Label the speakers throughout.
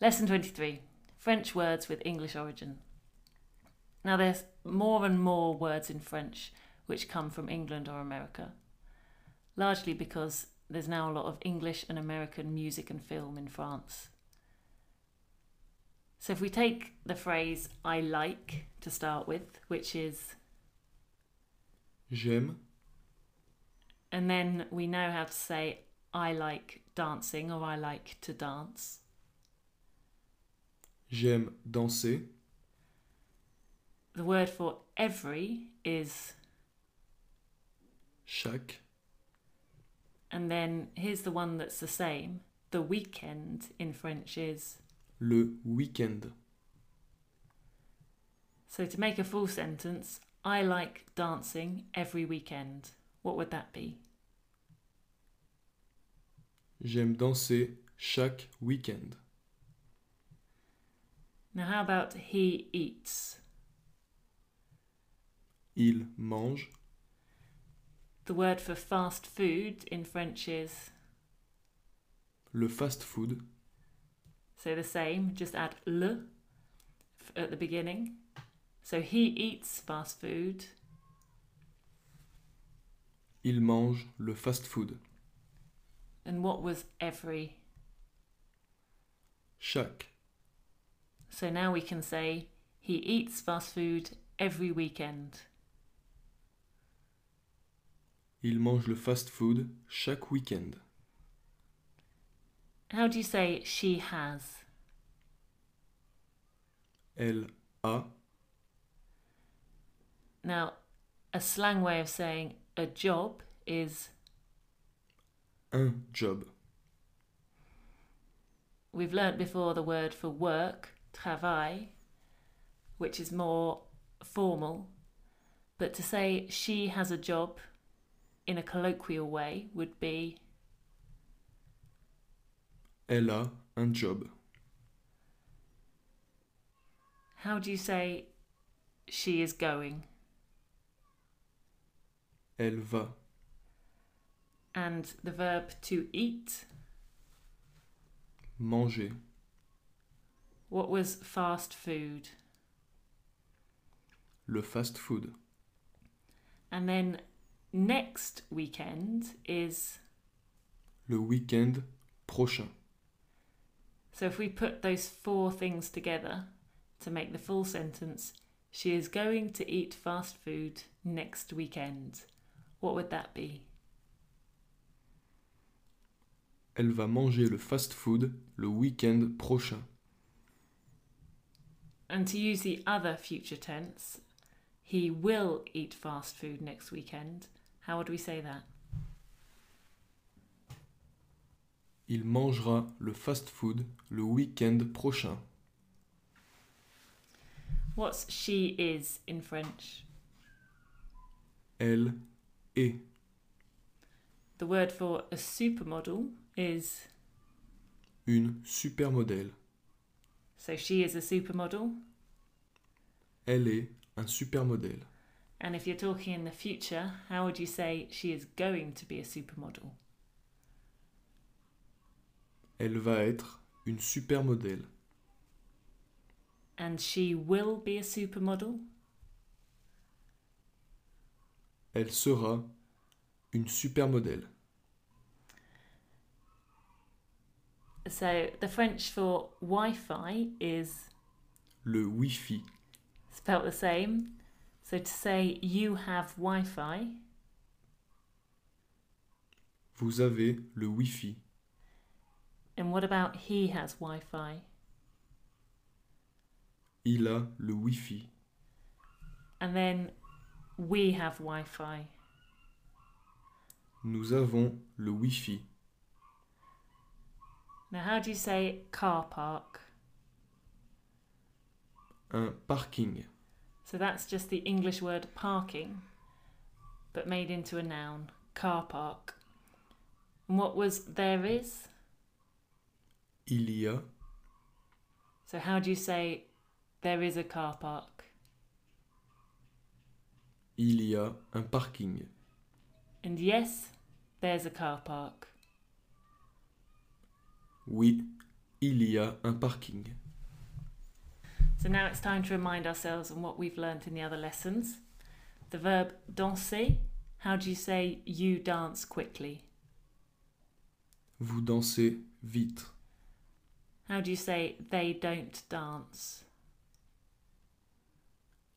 Speaker 1: Lesson 23 French words with English origin. Now, there's more and more words in French which come from England or America, largely because there's now a lot of English and American music and film in France. So, if we take the phrase I like to start with, which is,
Speaker 2: J'aime,
Speaker 1: and then we know how to say I like dancing or I like to dance.
Speaker 2: j'aime danser,
Speaker 1: The word for every is
Speaker 2: chaque,
Speaker 1: And then here's the one that's the same. The weekend in French is.
Speaker 2: le week-end.
Speaker 1: So to make a full sentence, I like dancing every weekend. What would that be?
Speaker 2: J'aime danser chaque week-end.
Speaker 1: Now, how about he eats?
Speaker 2: Il mange,
Speaker 1: The word for fast food in French is.
Speaker 2: le fast-food,
Speaker 1: So the same, just add le f- at the beginning. So he eats fast food.
Speaker 2: il mange le fast-food.
Speaker 1: And what was every?
Speaker 2: Chaque,
Speaker 1: So now we can say he eats fast food every weekend.
Speaker 2: il mange le fast-food chaque week-end.
Speaker 1: How do you say she has?
Speaker 2: Elle a,
Speaker 1: Now, a slang way of saying a job is
Speaker 2: un job,
Speaker 1: we've learnt before the word for work, travail, which is more formal. But to say she has a job in a colloquial way would be
Speaker 2: elle a un job.
Speaker 1: how do you say she is going?
Speaker 2: Elle va,
Speaker 1: And the verb to eat,
Speaker 2: manger,
Speaker 1: what was fast food?
Speaker 2: le fast-food.
Speaker 1: And then next weekend is
Speaker 2: Le week-end prochain,
Speaker 1: So if we put those four things together to make the full sentence, she is going to eat fast food next weekend. What would that be?
Speaker 2: elle va manger le fast-food le week-end prochain.
Speaker 1: And to use the other future tense, he will eat fast food next weekend. How would we say that?
Speaker 2: Il mangera le fast-food le week-end prochain.
Speaker 1: What's she is in French?
Speaker 2: Elle est.
Speaker 1: The word for a supermodel is
Speaker 2: Une supermodèle.
Speaker 1: so she is a supermodel.
Speaker 2: Elle est un supermodèle.
Speaker 1: And if you're talking in the future, how would you say she is going to be a supermodel?
Speaker 2: Elle va être une supermodèle.
Speaker 1: And she will be a supermodel.
Speaker 2: Elle sera une supermodèle.
Speaker 1: So the French for Wi Fi is
Speaker 2: Le Wi-Fi.
Speaker 1: spelt the same. So to say you have Wi Fi,
Speaker 2: Vous avez le Wi-Fi.
Speaker 1: and what about he has Wi Fi?
Speaker 2: Il a le Wi-Fi.
Speaker 1: And then we have Wi Fi.
Speaker 2: Nous avons le Wi-Fi.
Speaker 1: Now, how do you say car park?
Speaker 2: Un parking.
Speaker 1: So that's just the English word parking, but made into a noun, car park. And what was there is?
Speaker 2: Il y a.
Speaker 1: So, how do you say there is a car park?
Speaker 2: Il y a un parking.
Speaker 1: And yes, there's a car park.
Speaker 2: Oui, Il y a un parking.
Speaker 1: So now it's time to remind ourselves on what we've learnt in the other lessons. The verb danser, how do you say you dance quickly?
Speaker 2: Vous dansez vite.
Speaker 1: How do you say they don't dance?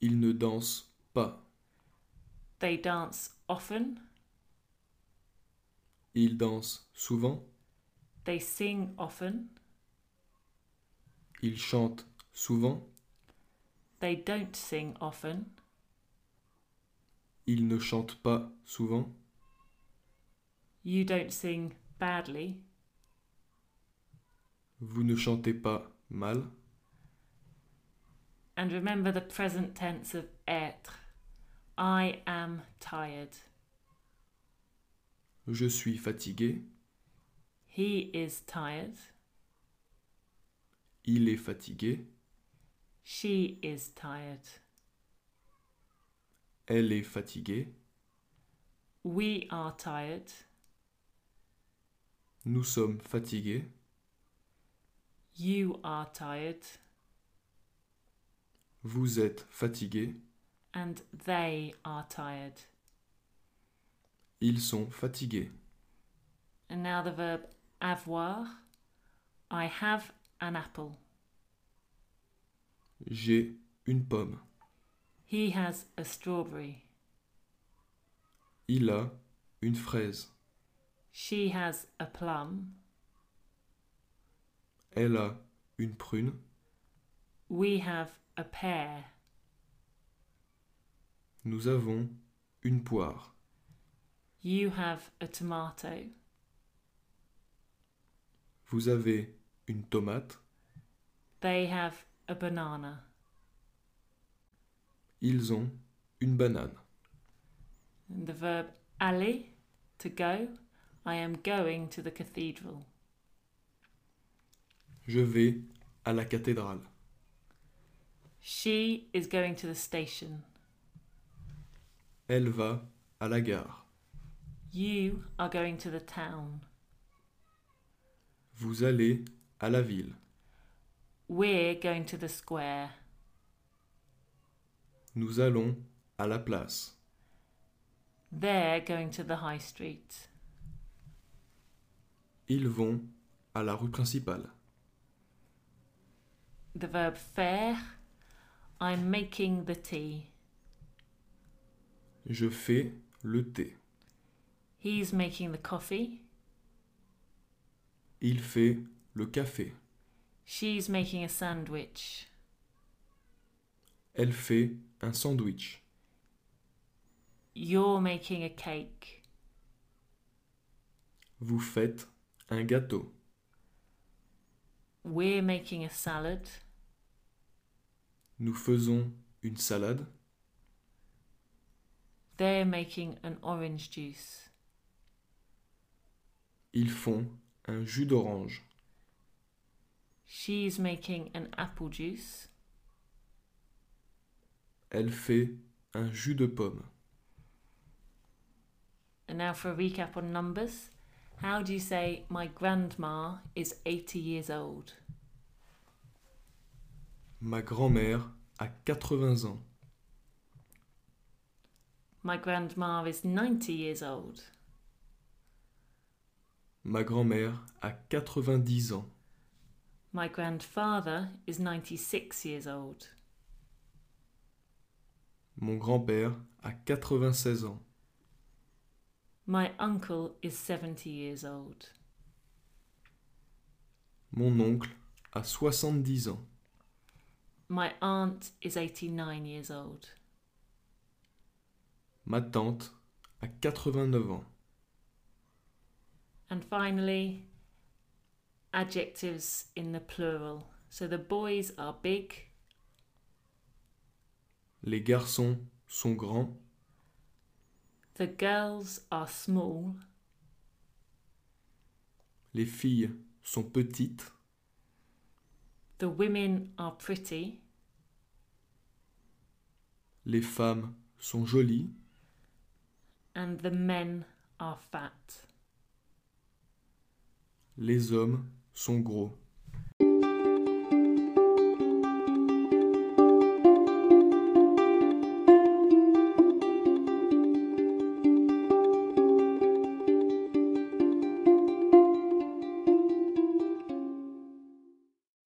Speaker 2: Il ne danse pas.
Speaker 1: They dance often,
Speaker 2: Il danse souvent.
Speaker 1: they sing often,
Speaker 2: Il chante souvent.
Speaker 1: they don't sing often,
Speaker 2: Il ne chante pas souvent.
Speaker 1: you don't sing badly,
Speaker 2: Vous ne chantez pas mal.
Speaker 1: and remember the present tense of être. I am tired.
Speaker 2: Je suis fatigué.
Speaker 1: He is tired.
Speaker 2: Il est fatigué.
Speaker 1: She is tired.
Speaker 2: Elle est fatiguée.
Speaker 1: We are tired.
Speaker 2: Nous sommes fatigués.
Speaker 1: You are tired.
Speaker 2: Vous êtes fatigués.
Speaker 1: And they are tired.
Speaker 2: Ils sont fatigués.
Speaker 1: And now the verb avoir. I have an apple.
Speaker 2: J'ai une pomme.
Speaker 1: He has a strawberry.
Speaker 2: Il a une fraise.
Speaker 1: She has a plum.
Speaker 2: Elle a une prune.
Speaker 1: We have a pear.
Speaker 2: Nous avons une poire.
Speaker 1: You have a tomato.
Speaker 2: Vous avez une tomate.
Speaker 1: They have a banana.
Speaker 2: Ils ont une banane.
Speaker 1: And the verb aller, to go. I am going to the cathedral.
Speaker 2: Je vais à la cathédrale.
Speaker 1: She is going to the station.
Speaker 2: Elle va à la gare.
Speaker 1: You are going to the town.
Speaker 2: Vous allez à la ville.
Speaker 1: We're going to the square.
Speaker 2: Nous allons à la place.
Speaker 1: They're going to the high street.
Speaker 2: Ils vont à la rue principale.
Speaker 1: The verb faire. I'm making the tea.
Speaker 2: Je fais le thé.
Speaker 1: He's making the coffee.
Speaker 2: Il fait le café.
Speaker 1: She's making a sandwich.
Speaker 2: Elle fait un sandwich.
Speaker 1: You're making a cake.
Speaker 2: Vous faites un gâteau.
Speaker 1: We're making a salad.
Speaker 2: Nous faisons une salade.
Speaker 1: They're making an orange juice.
Speaker 2: Ils font un jus d'orange.
Speaker 1: She's making an apple juice.
Speaker 2: Elle fait un jus de pomme.
Speaker 1: And now for a recap on numbers. How do you say, my grandma is 80 years old?
Speaker 2: Ma grand-mère a 80 ans.
Speaker 1: My grandma is 90 years old.
Speaker 2: Ma grand-mère a 90 ans.
Speaker 1: My grandfather is 96 years old.
Speaker 2: Mon grand-père a 96 ans.
Speaker 1: My uncle is 70 years old.
Speaker 2: Mon oncle a 70 ans.
Speaker 1: My aunt is 89 years old.
Speaker 2: Ma tante a 89 ans.
Speaker 1: And finally, adjectives in the plural. So the boys are big,
Speaker 2: Les garçons sont grands.
Speaker 1: the girls are small,
Speaker 2: Les filles sont petites.
Speaker 1: the women are pretty,
Speaker 2: Les femmes sont jolies.
Speaker 1: and the men are fat.
Speaker 2: Les hommes sont gros.